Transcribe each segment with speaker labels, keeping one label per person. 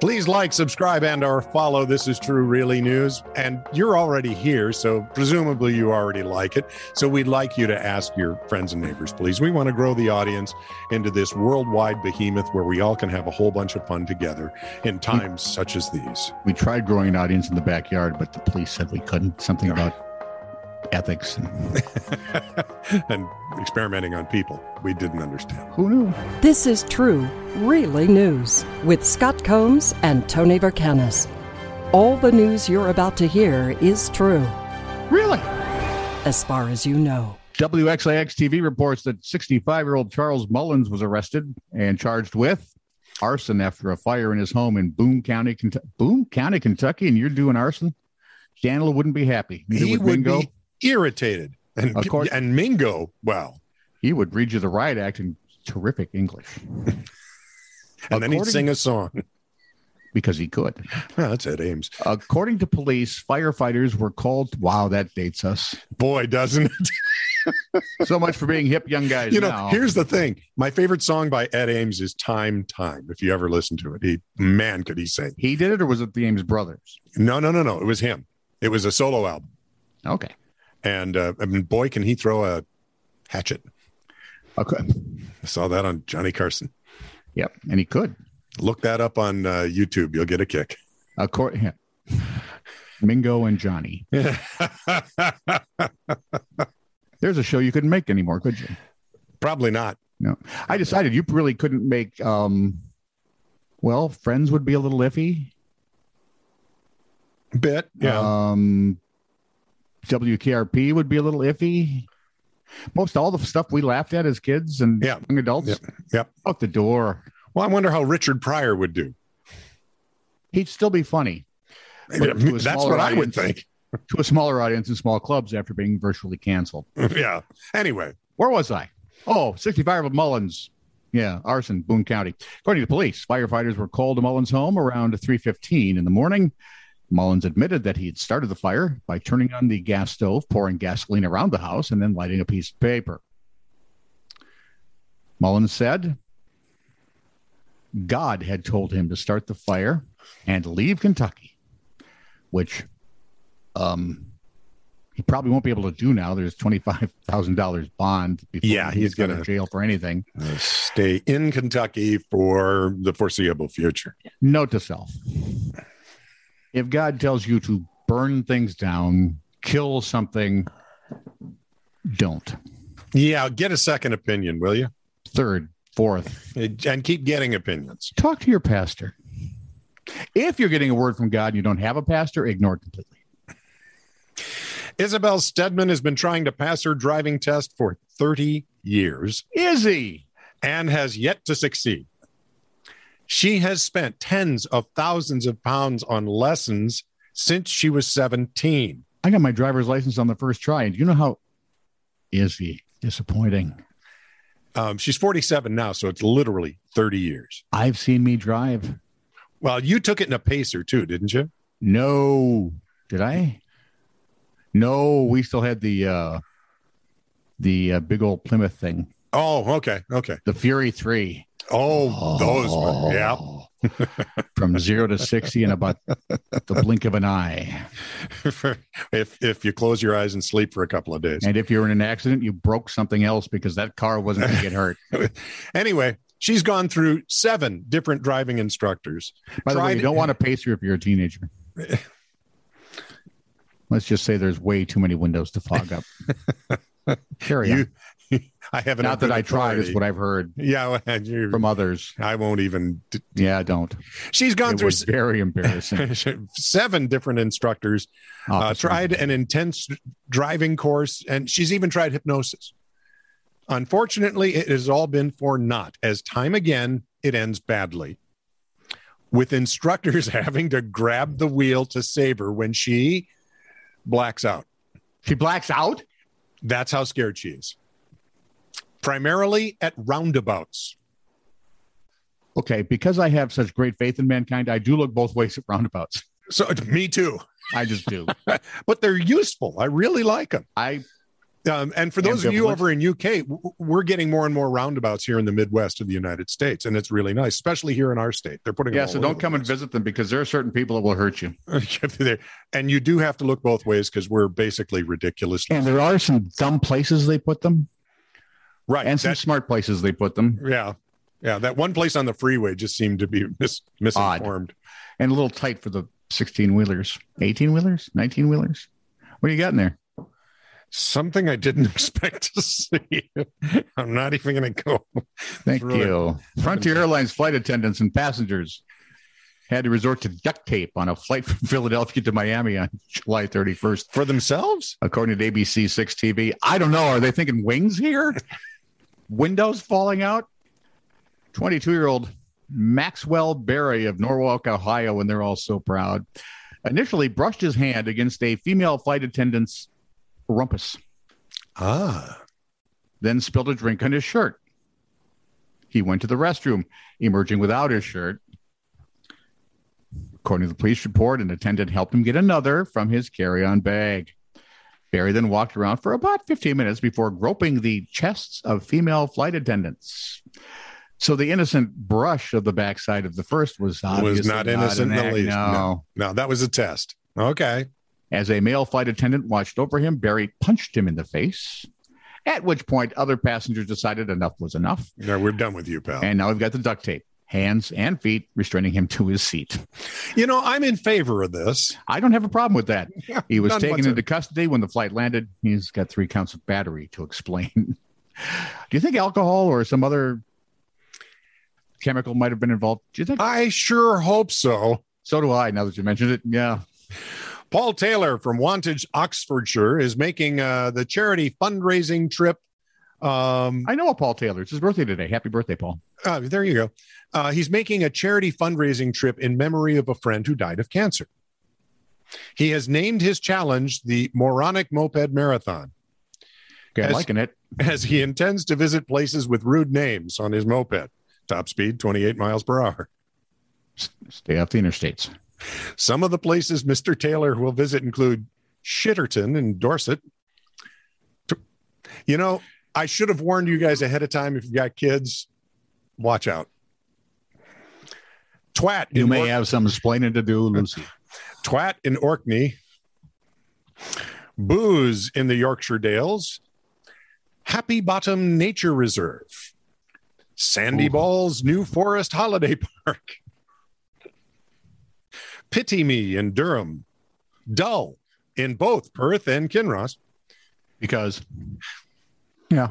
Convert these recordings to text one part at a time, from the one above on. Speaker 1: Please like, subscribe, and or follow This Is True Really News. And you're already here, so presumably you already like it. So we'd like you to ask your friends and neighbors, please. We want to grow the audience into this worldwide behemoth where we all can have a whole bunch of fun together in times such as these.
Speaker 2: We tried growing an audience in the backyard, but the police said we couldn't. Something about ethics. And
Speaker 1: and experimenting on people we didn't understand.
Speaker 2: who knew?
Speaker 3: This is True, Really News with Scott Combs and Tony Vercanis. All the news you're about to hear is true,
Speaker 2: Really?
Speaker 3: as far as you know.
Speaker 2: WXIX TV reports that 65 year old Charles Mullins was arrested and charged with arson after a fire in his home in Boone County, Kentucky. Boone County, Kentucky, and you're doing arson? Daniel wouldn't be happy. Neither
Speaker 1: He
Speaker 2: would
Speaker 1: would
Speaker 2: Mingo.
Speaker 1: be irritated. And,
Speaker 2: Of course.
Speaker 1: and Mingo, wow.
Speaker 2: He would read you the riot act in terrific English
Speaker 1: And then he'd
Speaker 2: According-
Speaker 1: sing a song.
Speaker 2: because he could.
Speaker 1: Well, that's Ed Ames.
Speaker 2: According to police, firefighters were called. Wow, that dates us.
Speaker 1: Boy, doesn't it?
Speaker 2: So much for being hip young guys.
Speaker 1: you know
Speaker 2: now.
Speaker 1: here's the thing my favorite song by ed ames is time time if you ever listen to it he man could he sing
Speaker 2: he did it, or was it the Ames brothers?
Speaker 1: no no no no it was him it was a solo album
Speaker 2: Okay.
Speaker 1: and uh, I mean, boy can he throw a hatchet
Speaker 2: Okay.
Speaker 1: i saw that on johnny carson
Speaker 2: Yep. And he could.
Speaker 1: look that up on uh, youtube you'll get a kick
Speaker 2: According, yeah. Mingo and Johnny. There's a show you couldn't make anymore, could you?
Speaker 1: probably not
Speaker 2: I decided you really couldn't make. um Well, Friends would be a little iffy.
Speaker 1: bit yeah
Speaker 2: Um, WKRP would be a little iffy. Most all the stuff we laughed at as kids and
Speaker 1: Yeah.
Speaker 2: young adults
Speaker 1: yep
Speaker 2: out the door.
Speaker 1: well i wonder how richard pryor would do
Speaker 2: He'd still be funny But to a
Speaker 1: that's
Speaker 2: smaller
Speaker 1: what i would
Speaker 2: audience.
Speaker 1: think
Speaker 2: to a smaller audience in small clubs after being virtually canceled.
Speaker 1: yeah anyway
Speaker 2: Where was I? Oh, 65 year old Mullins. Yeah, arson, Boone County. According to the police, firefighters were called to Mullins' home around 3:15 in the morning. Mullins admitted that he had started the fire by turning on the gas stove, pouring gasoline around the house, and then lighting a piece of paper. Mullins said God had told him to start the fire and leave Kentucky, which um, he probably won't be able to do now. There's $25,000 bond before
Speaker 1: Yeah,
Speaker 2: he
Speaker 1: he's
Speaker 2: gets out of
Speaker 1: gonna-
Speaker 2: jail for anything.
Speaker 1: uh, stay in kentucky for the foreseeable future
Speaker 2: Note to self. If God tells you to burn things down, kill something, don't.
Speaker 1: Yeah, get a second opinion, will you?
Speaker 2: Third, fourth,
Speaker 1: And keep getting opinions.
Speaker 2: talk to your pastor. If you're getting a word from God and you don't have a pastor, ignore it completely.
Speaker 1: Isabel Stedman has been trying to pass her driving test for 30 years
Speaker 2: Is he?
Speaker 1: and has yet to succeed. She has spent tens of thousands of pounds on lessons since she was 17.
Speaker 2: I got my driver's license on the first try. And you know how is he disappointing?
Speaker 1: Um, she's 47 now, so it's literally 30 years.
Speaker 2: I've seen me drive.
Speaker 1: Well, you took it in a pacer too, didn't you?
Speaker 2: No, did I? No, we still had the uh the uh, big old Plymouth thing,
Speaker 1: Oh, okay. Okay.
Speaker 2: the Fury Three.
Speaker 1: Oh, those. ones. Yeah.
Speaker 2: from zero to sixty in about the blink of an eye.
Speaker 1: if, if you close your eyes and sleep for a couple of days.
Speaker 2: And if you're in an accident, you broke something else because that car wasn't going to get hurt.
Speaker 1: Anyway, she's gone through seven different driving instructors.
Speaker 2: By the way,
Speaker 1: Tried-
Speaker 2: you don't want a pacer if you're a teenager. Let's just say there's way too many windows to fog up. Carry on.
Speaker 1: You, I haven't.
Speaker 2: Not that I tried, is what I've heard
Speaker 1: Yeah, well, you,
Speaker 2: from others.
Speaker 1: I won't even. d-
Speaker 2: Yeah, don't.
Speaker 1: She's gone
Speaker 2: It
Speaker 1: through
Speaker 2: was very embarrassing.
Speaker 1: s- seven different instructors. Uh,
Speaker 2: Officer.
Speaker 1: tried an intense driving course, and she's even tried hypnosis. Unfortunately, it has all been for naught, as time again it ends badly, with instructors having to grab the wheel to save her when she blacks out.
Speaker 2: She blacks out.
Speaker 1: That's how scared she is. Primarily at roundabouts.
Speaker 2: Okay, because I have such great faith in mankind, I do look both ways at roundabouts.
Speaker 1: So me too.
Speaker 2: I just do.
Speaker 1: But they're useful. I really like them.
Speaker 2: I
Speaker 1: Um, and for those of you
Speaker 2: Ambivalent.
Speaker 1: over in UK, w- we're getting more and more roundabouts here in the Midwest of the United States, and it's really nice, especially here in our state. They're putting
Speaker 2: Yeah,
Speaker 1: them
Speaker 2: so
Speaker 1: all
Speaker 2: don't
Speaker 1: over
Speaker 2: come
Speaker 1: the
Speaker 2: and visit them because there are certain people that will hurt you.
Speaker 1: place. There. and you do have to look both ways because we're basically ridiculous.
Speaker 2: And there are some dumb places they put them,
Speaker 1: right?
Speaker 2: and some
Speaker 1: that-
Speaker 2: smart places they put them,
Speaker 1: yeah, yeah. That one place on the freeway just seemed to be mis- misinformed.
Speaker 2: and a little tight for the sixteen wheelers, eighteen wheelers, nineteen wheelers. What do you got in there?
Speaker 1: Something I didn't expect to see. I'm not even going to go.
Speaker 2: Thank
Speaker 1: Through it.
Speaker 2: you. Frontier Airlines flight attendants and passengers had to resort to duct tape on a flight from Philadelphia to Miami on July 31st,
Speaker 1: for themselves.
Speaker 2: according to ABC 6 TV. I don't know. Are they thinking wings here? Windows falling out? 22 year old Maxwell Berry of Norwalk, Ohio, and they're all so proud, initially brushed his hand against a female flight attendant's rumpus
Speaker 1: Ah,
Speaker 2: then spilled a drink on his shirt. He went to the restroom, emerging without his shirt. According to the police report, an attendant helped him get another from his carry on bag. Barry then walked around for about 15 minutes before groping the chests of female flight attendants. So the innocent brush of the backside of the first was
Speaker 1: not
Speaker 2: obviously
Speaker 1: innocent in
Speaker 2: an
Speaker 1: the
Speaker 2: act.
Speaker 1: least,
Speaker 2: No.
Speaker 1: no. now that was a test. Okay.
Speaker 2: As a male flight attendant watched over him, Barry punched him in the face. At which point, other passengers decided enough was enough.
Speaker 1: No, we're done with you, pal.
Speaker 2: And now we've got the duct tape, hands and feet restraining him to his seat.
Speaker 1: you know, I'm in favor of this.
Speaker 2: I don't have a problem with that. He was
Speaker 1: None
Speaker 2: taken
Speaker 1: whatsoever.
Speaker 2: into custody when the flight landed. He's got three counts of battery to explain. Do you think alcohol or some other chemical might have been involved? Do you think?
Speaker 1: I sure hope so.
Speaker 2: so do I. Now that you mentioned it, yeah.
Speaker 1: Paul Taylor from Wantage, Oxfordshire, is making uh, the charity fundraising trip. Um,
Speaker 2: I know a Paul Taylor. It's his birthday today. Happy birthday, Paul.
Speaker 1: uh, there you go. Uh, he's making a charity fundraising trip in memory of a friend who died of cancer. He has named his challenge the Moronic Moped Marathon.
Speaker 2: Okay,
Speaker 1: Yes.
Speaker 2: I'm liking it.
Speaker 1: as he intends to visit places with rude names on his moped. Top speed 28 miles per hour.
Speaker 2: Stay off the interstates.
Speaker 1: Some of the places Mr. Taylor will visit include Shitterton in Dorset. T- You know, I should have warned you guys ahead of time if you've got kids, watch out. Twat
Speaker 2: You
Speaker 1: in,
Speaker 2: may
Speaker 1: Ork-
Speaker 2: have some explaining to do, Lucy.
Speaker 1: Twat in Orkney, Booze in the Yorkshire Dales, Happy Bottom Nature Reserve, Sandy
Speaker 2: Ooh.
Speaker 1: Ball's New Forest Holiday Park, Pity Me in Durham, Dull in both Perth and Kinross,
Speaker 2: Because, yeah.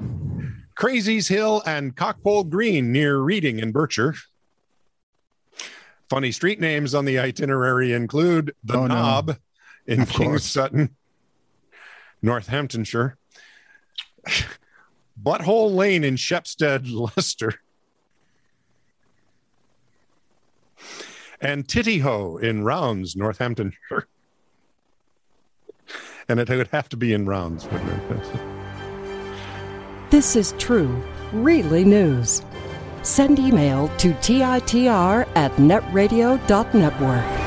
Speaker 1: Crazy's Hill and Cockpole Green near Reading in Berkshire. Funny street names on the itinerary include The
Speaker 2: Oh, no.
Speaker 1: Knob in
Speaker 2: Of
Speaker 1: King's
Speaker 2: course.
Speaker 1: Sutton, Northamptonshire, Butthole Lane in Shepstead, Leicester, and Titty Ho in Rounds, Northamptonshire. And it would have to be in Rounds, wouldn't it?
Speaker 3: This is true, really news. Send email to TITR at netradio.network.